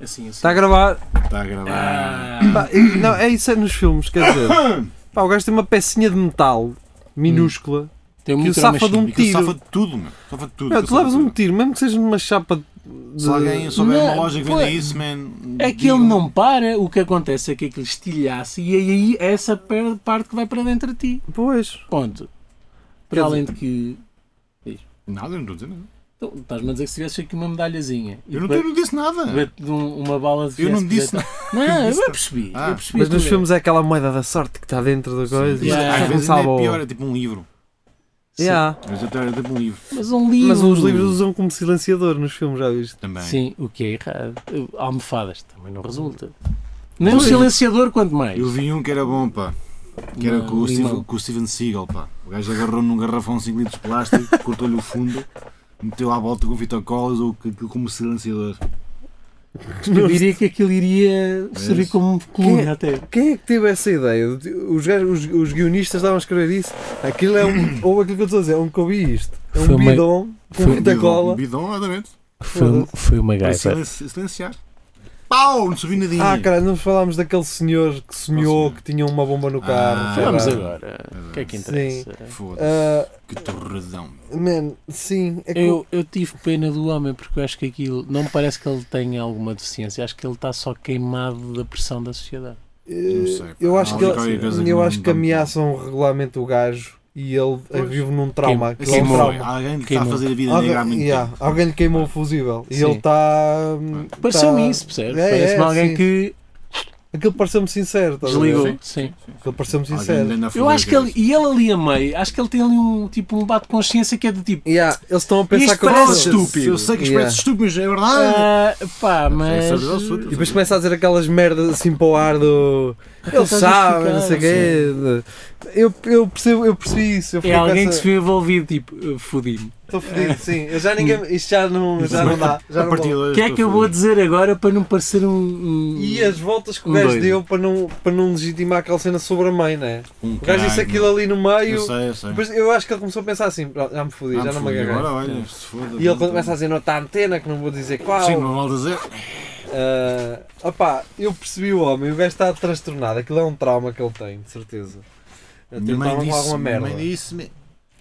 Assim, assim. Está a gravar. Está Tá a gravar. Ah. Pá, e- não, é isso é nos filmes, quer dizer. Pá, o gajo tem uma pecinha de metal minúsculo. Tem que o muito safa trauma de um E que tiro. safa de tudo, meu. Safa de Hum. tudo. Meu, que tu levas safa de um tudo. tiro, mesmo que seja numa chapa de. Se alguém souber Não, uma loja que venda pois. isso, man. É que digam. ele não para, o que acontece é que aquilo estilhaça e aí é essa per- parte que vai para dentro de ti. Pois. Ponto. Quer Para além de que. Nada, eu não estou a dizer nada. Então, Estás-me a dizer que se tivesse aqui uma medalhazinha. e Eu não, ba- eu não disse nada. bate de um- uma bala de Eu não fiasco disse direto- nada. Não, disse eu nada. percebi. Ah. eu percebi Mas tudo. nos filmes é aquela moeda da sorte que está dentro da coisa. Mas Yeah. Isso Às vezes não ainda sabe é ao- pior, é tipo um livro. Yeah. Às vezes até é tipo um livro Mas um livro. Mas os livros usam como silenciador nos filmes, já viste? também. Sim, o que é errado. Almofadas também não resulta. Nem um silenciador, quanto mais. é. Eu vi um que era bom, pá. Que era Não, com, o limão. Steven, com o Steven Seagal, pá. O gajo agarrou num garrafão de 5 litros de plástico, cortou-lhe o fundo, meteu à volta com fita colas ou que- que- como silenciador. Eu diria que aquilo iria servir como Que- coluna até. Quem é que teve essa ideia? Os, gajos- os- os guionistas estavam a escrever isso. Aquilo é um. ou aquilo que eu estou a dizer, é um que eu vi isto. É um Foi uma- bidon foi um com fita Bidon- cola. Bidon, exatamente. Foi, um- foi uma Para gaiva. silen- silenciar. Pau! Não subi nadinha. Ah, caralho, não falámos daquele senhor que sonhou senhor. que tinha uma bomba no carro. Ah, Vamos caralho. agora. O que é que Sim. interessa? Foda-se. Ah, Que torradão. meu. man, sim. É que Eu, eu tive pena do homem porque eu acho que aquilo não me parece que ele tenha alguma deficiência, acho que ele está só queimado da pressão da sociedade. Eh, sei, pá. eu acho Há que, ali qualquer coisa ele, que eu não acho que dá muito bem. ameaçam regularmente o gajo e ele eh, Pois. vive num trauma. Queim- aquilo é um queimou. trauma. Alguém que está a Queimou. fazer a vida tipo. Alguém, negra há muito yeah, tempo. alguém lhe queimou o fusível e Sim. ele está. hum, Pareceu-me está- isso, percebes? É, Parece-me é, alguém sim. que Aquilo pareceu-me sincero, estás a ver? desligou. Sim. Sim. Aquilo pareceu-me Alguém sincero. anda a Eu foder acho que ele, cabeça. e ele ali a meio, acho que ele tem ali um tipo um bate de consciência que é do tipo. Yeah, eles estão a pensar Isto que eu parece sou- estúpido. Eu sei que isto Yeah. parece estúpido, mas é verdade. Ah, pá, mas. Isso é verdade, isso é E verdade. depois começa a dizer aquelas merdas assim para o ar do. Ele Estás a sabe, não justificar, sei o quê. Eu, eu, percebo, eu percebi isso. assim." Eu É fiquei com alguém que essa- se viu envolvido, tipo, eh, fodi-me. Estou fodido, sim. Eu já ninguém. Isto já não, já não dá. Já A não partir de vou. hoje O que é estou que eu vou fodido. dizer agora para não parecer um. um- E as voltas que o Um gajo doido. deu para não, para não legitimar aquela cena sobre a mãe, né? Um O gajo disse caralho, aquilo ali no meio. Eu sei, né? eu sei. Depois eu acho que ele começou a pensar assim: "Pronto, já me fodi, Ah, já não me fui, agarrei. Agora olha, se foda. E ele quando começa a dizer: não está a antena, que não vou dizer qual. Sim, não vale dizer. Ah, opá, eu percebi o homem, o gajo está transtornado. Aquilo é um trauma que ele tem, de certeza. Ele tem Minha um mãe trauma com disse. alguma Minha merda. mãe disse.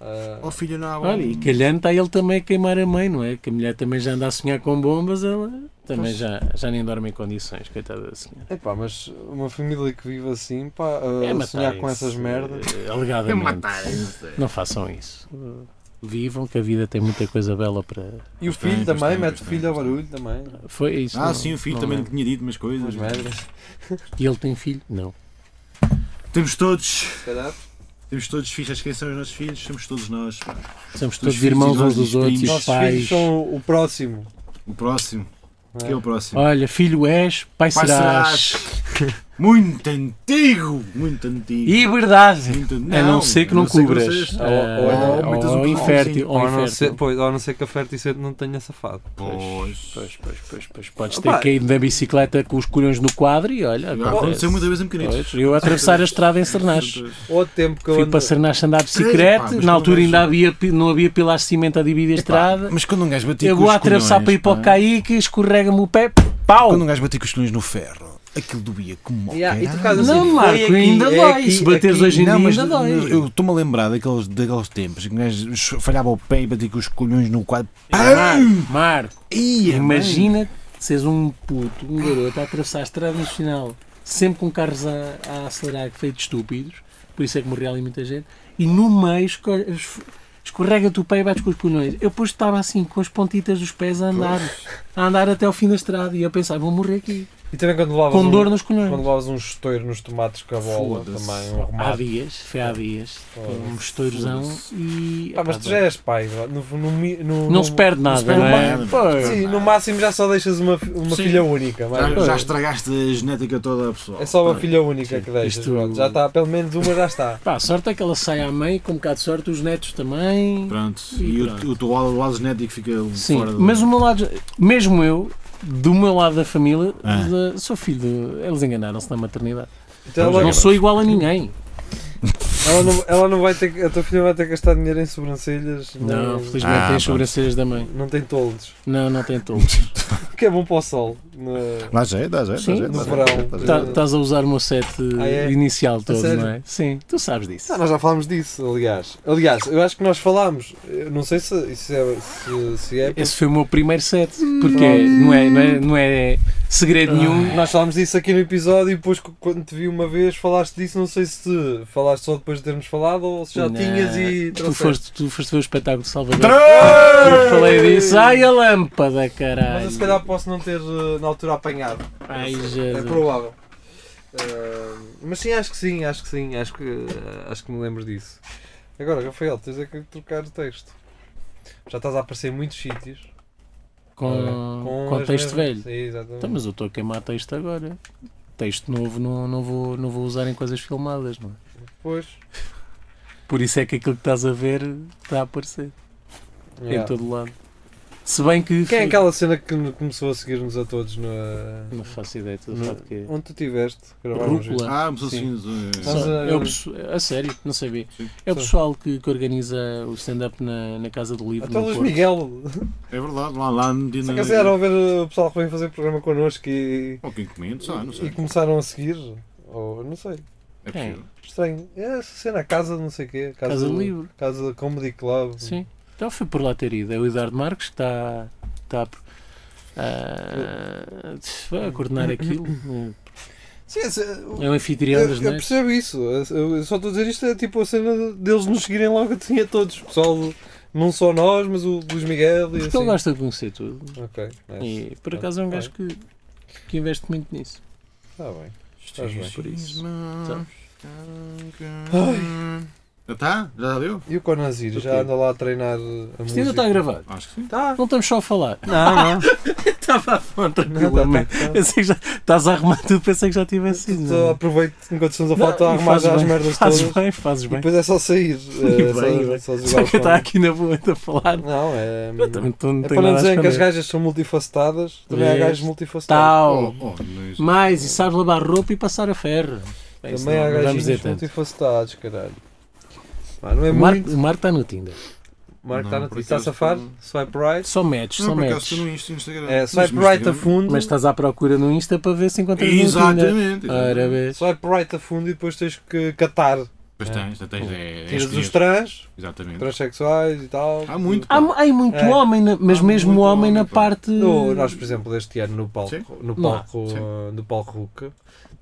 Ah, Oh filho, não há Olha, e calhando está ele é também a queimar a mãe, não é? Que a mulher também já anda a sonhar com bombas, ela também já, já nem dorme em condições, coitada da senhora. epá, mas uma família que vive assim, pá, ah, a matar sonhar com É, tá isso, essas merdas. eh, É Alegadamente. matar. isso é. Não façam isso. Vivam que a vida tem muita coisa bela para. E o Pois tem, filho pois também, tem, mete o pois filho tem, ao pois tem. barulho também. né? Foi isso. Ah, não- sim, o filho não é? também lhe lembro. tinha dito umas coisas. Umas merdas. E ele tem filho? Não. Temos todos. Se calhar. Temos todos filhos, quem são os nossos filhos? Somos todos nós. pá. Somos Dos todos filhos irmãos e nós uns dos dos outros, primos. e Nossos os pais. filhos são o próximo. O próximo. não é? Quem é o próximo? Olha, filho és, pai, Pai serás. Muito antigo! Muito antigo. Liberdade! Muito... a não ser que não, sei cubras. vocês. Ah, Ou- ou- ou metas um botão, sim. infértil. Ou Ou a não ser, infértil. pois, ou a não ser que a Ferti Cedo não tenha safado. Pois. Pois, pois, pois, pois. Podes ter Opa. caído da bicicleta com os colhões no quadro e olha. Já acontece. Aconteceu muita vez em Pois, pequenitos. Eu a atravessar a estrada em Cernache. Ou o tempo que eu Fui para ando... Cernache andar de Pá, bicicleta. mas é Na não altura vejo. ainda havia, pi- não havia pilares de cimento a dividir a estrada. Mas quando um gajo batia Eu com vou os a atravessar colhões, para ir para o pá, Caique, escorrega-me o pé. Pau! Quando um gajo batia com os colhões no ferro, aquilo doía como Yeah, ao e tu caralho. fazes assim, Não, foi Marco, aqui, ainda é dói. aqui, Se bateres aqui. hoje em Não, dia, mas ainda dói. mas eu estou-me a lembrar daqueles, daqueles tempos em que um gajo falhava o pé e batia com os colhões no quadro. Mar- Marco, Ia, imagina seres um puto, um garoto a atravessar a estrada no final, sempre com carros a, a acelerar, feito de estúpidos, por isso é que morreu ali muita gente, e no meio esco- es- escorrega-te o pé e bates com os colhões. Eu depois estava assim, com as pontitas dos pés a andar, a andar até ao fim da estrada, e eu pensava, vou morrer aqui, E também quando levavas, com dor um, nos colhões. quando levavas um estouro nos tomates com a bola Foda-se. também, um Há remate. dias, foi há dias, foi um Foda-se. estourozão e. Pá, mas tu já és um pai, vá, no, no, mi- no, Não no- se perde nada, perde não é? nada. Pois. Sim, no máximo já só deixas uma, fi- uma Sim. filha única. vai. Já, já estragaste a genética toda, pessoal. É só uma filha única que deixas. Isto- pronto, Já está, pelo menos uma já está. Pá, a sorte é que ela sai à mãe, com um bocado de sorte, os netos também. Pronto. E E pronto. o, o teu lado, o lado genético fica Sim, fora do... mas um o meu lado, mesmo eu, do meu lado da família, Ah. da- sou filho de. Eles enganaram-se na maternidade. Então, Vamos logo- Não sou igual a ninguém. Ela não, ela não vai ter. que- A tua filha não vai ter que gastar dinheiro em sobrancelhas. Não, nem- felizmente Ah, tem pronto. as sobrancelhas da mãe. não tem tolos. Não, não tem todos. Porque é bom para o sol. Na- Dá jeito, dá jeito. Sim. dá jeito, dá No jeito, verão. dá jeito. Tá- Estás a usar o meu set Ah, é? inicial A todo, sério? não é? Sim, tu sabes disso. Ah, nós já falámos disso, aliás. Aliás, eu acho que nós falámos. Eu não sei se isso é. Se, se é Esse foi o meu primeiro set, Hum. porque não é, não é, não é Ah. segredo nenhum. Nós falámos disso aqui no episódio e depois cu- quando te vi uma vez falaste disso, não sei se falaste só depois de termos falado ou se já Não, tinhas e tu trouxeste. foste, tu foste ver o espetáculo de Salvador. Três! Eu falei disso. Ai, a lâmpada, Mas eu caralho. se calhar posso não ter eh, na altura apanhado. Ai, É Jesus. provável. Eh, mas sim, acho que sim, acho que sim, acho que, eh, acho que me lembro disso. Agora, Rafael, tens é que trocar o texto. Já estás a aparecer em muitos sítios. eh, Com, as com texto velho. mesmas- Sim, exatamente. Então, mas eu estou a queimar texto agora. Texto novo não, não, vou, não vou usar em coisas filmadas, não é? Pois. Por isso é que aquilo que estás a ver está a aparecer em Yeah. todo lado. Se bem que. Quem é fui- aquela cena que n- começou a seguir-nos a todos na. Não faço ideia, estou a Não. falar de quê? Onde tu estiveste? Gravámos isso. Rúcula. Ah, mas assim. é. Só- Mas, eh, é o pesso- a sério, não sabia. Sim. É o Sim. pessoal que, que organiza o stand-up na, na Casa do Livro. Até o tipo, no Luís Porto. Miguel. É verdade, lá, lá no é dia. Se um quiseram ver o pessoal que vem fazer programa connosco e, Ou quem comenta, sabe, não e sei. começaram a seguir. Ou não sei. É possível. Estranho. É essa cena, a casa de não sei o quê. Casa, Casa do Livro. Casa Comedy Club. Sim. Então foi por lá ter ido. É o Eduardo Marques que está, está a, a- a coordenar aquilo. Sim, essa- eu, É um anfitrião das eu noites. percebo isso. Eu, eu só estou a dizer isto é tipo a cena deles nos seguirem logo assim a todos. O pessoal, não só nós, mas o Luís Miguel e Porque assim. ele gosta de conhecer tudo. Ok, nice. E por acaso é um gajo que, que investe muito nisso. Está Tá bem. Estás bem. Por isso. Já está? Tá? Já deu? E o Conazir Ok. já anda lá a treinar uh, Isto a ainda música? está gravado. Acho que sim. Tá. Não estamos só a falar. Não, não. Estava a falar Não, tranquilamente. tá, tá, tá. Pensei que já, estás a arrumar tudo, pensei que já tivesse sido. Só aproveito enquanto estamos a falar, estou a e arrumar já as bem, merdas fazes todas. bem, fazes E bem. depois é só sair. E bem, e É, bem. só, só Só que desligar o está fone. aqui na boa a falar. Não, é. Também tu não É tem para não nada a dizerem que as esconder. Tá, gajas são multifacetadas, também há Vês? gajas multifacetadas. Tal. Oh, oh, não é isso. Mais, e sabes lavar roupa e passar a ferro. Bem, isso Também não- há não vamos dizer gajinhos tanto. multifacetados, caralho. Pá, não é O Marco, muito. o Marco está no Tinder. Marco está Não, na por Está a acaso safar? não. Swipe right. Só matches, Não, só por acaso matches. estou no Insta- Instagram. É, Mas swipe no right a Instagram- fundo. Mas um tá- estás à procura no Insta para ver se encontras no Tinder. Exatamente. Ora, exatamente. vês. Swipe right a fundo e depois tens que catar. Pois tens, tens, tens, é, é Tiras os escolher. trans, Exatamente. transexuais e tal. Há muito. Há, mu- há muito É. homem, na- mas Há mesmo muito homem na homem, pá. parte. No- nós, por exemplo, este ano no Sim. palco, Não. no palco, Sim. ah, no palco RUC,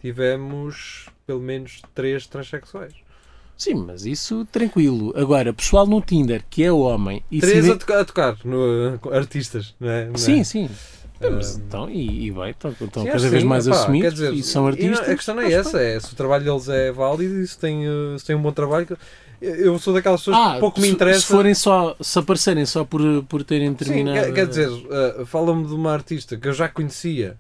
tivemos pelo menos três transexuais. Sim, mas isso tranquilo. Agora, pessoal no Tinder que é homem e se Três vê- a, toca- a tocar, no, ah, artistas, não é? Não é? Sim, sim. Ah, Mas então, e, e bem, estão, estão sim, cada acho vez sim, mais epá, assumidos quer dizer, e são não- artistas. a questão não é faz essa, é se o trabalho deles é válido e se tem, ah, se tem um bom trabalho. que- Eu eu sou daquelas pessoas Ah, que pouco me se- interessa. Se, forem só, se aparecerem só por, por terem Sim, terminado. quer, quer dizer, ah, fala-me de uma artista que eu já conhecia,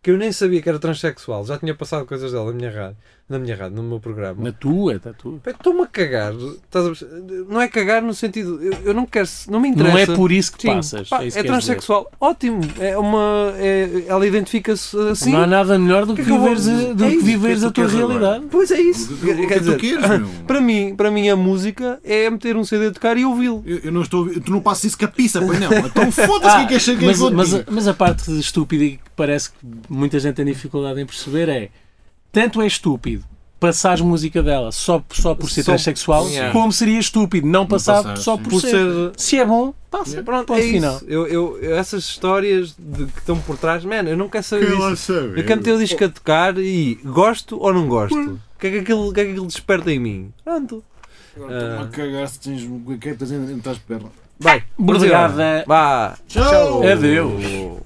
que eu nem sabia que era transexual, já tinha passado coisas dela na minha rádio, na minha rádio, no meu programa. Na tua, é da tua. Pá, Estou-me a cagar. Estás a perce- Não é cagar no sentido. Eu, eu não quero. se- Não me interessa. Não é por isso que Sim, passas. pá, é é isso que queres dizer. transexual. Ótimo. É uma, é- ela identifica-se assim. Não há nada melhor do Que que, é que eu vou viveres, a, dizer? do É que isso, viveres que é a tua que eu quero agora. realidade. Pois é O isso. que- o que Quer tu dizer, queres, meu? para, mim, para mim, a música é meter um CD a tocar e ouvi-lo. Eu, eu não estou. Tu não passas isso com a pizza, pois não. Então foda-se quem quer ser Ah, Ah, quem mas, vou mas, dizer. mas a parte estúpida e que parece que muita gente tem dificuldade em perceber é tanto é estúpido passares música dela só, só por ser Só- transexual, Sim. como seria estúpido não passar, passar, só sim. por, Por ser. ser- Se é bom, passa. Pronto, Ponto é final. isso. Eu, eu, eu- essas histórias de, que estão por trás, mano, eu não quero saber Quem lá disso. sabe? Eu quero meter o disco a tocar e gosto ou não gosto. O que é que aquilo, o que é que aquilo desperta em mim? Pronto. Agora estou-me a cagar se tens o que é que estás a- entre as pernas. Vai. Obrigada. Vá. Tchau! Adeus.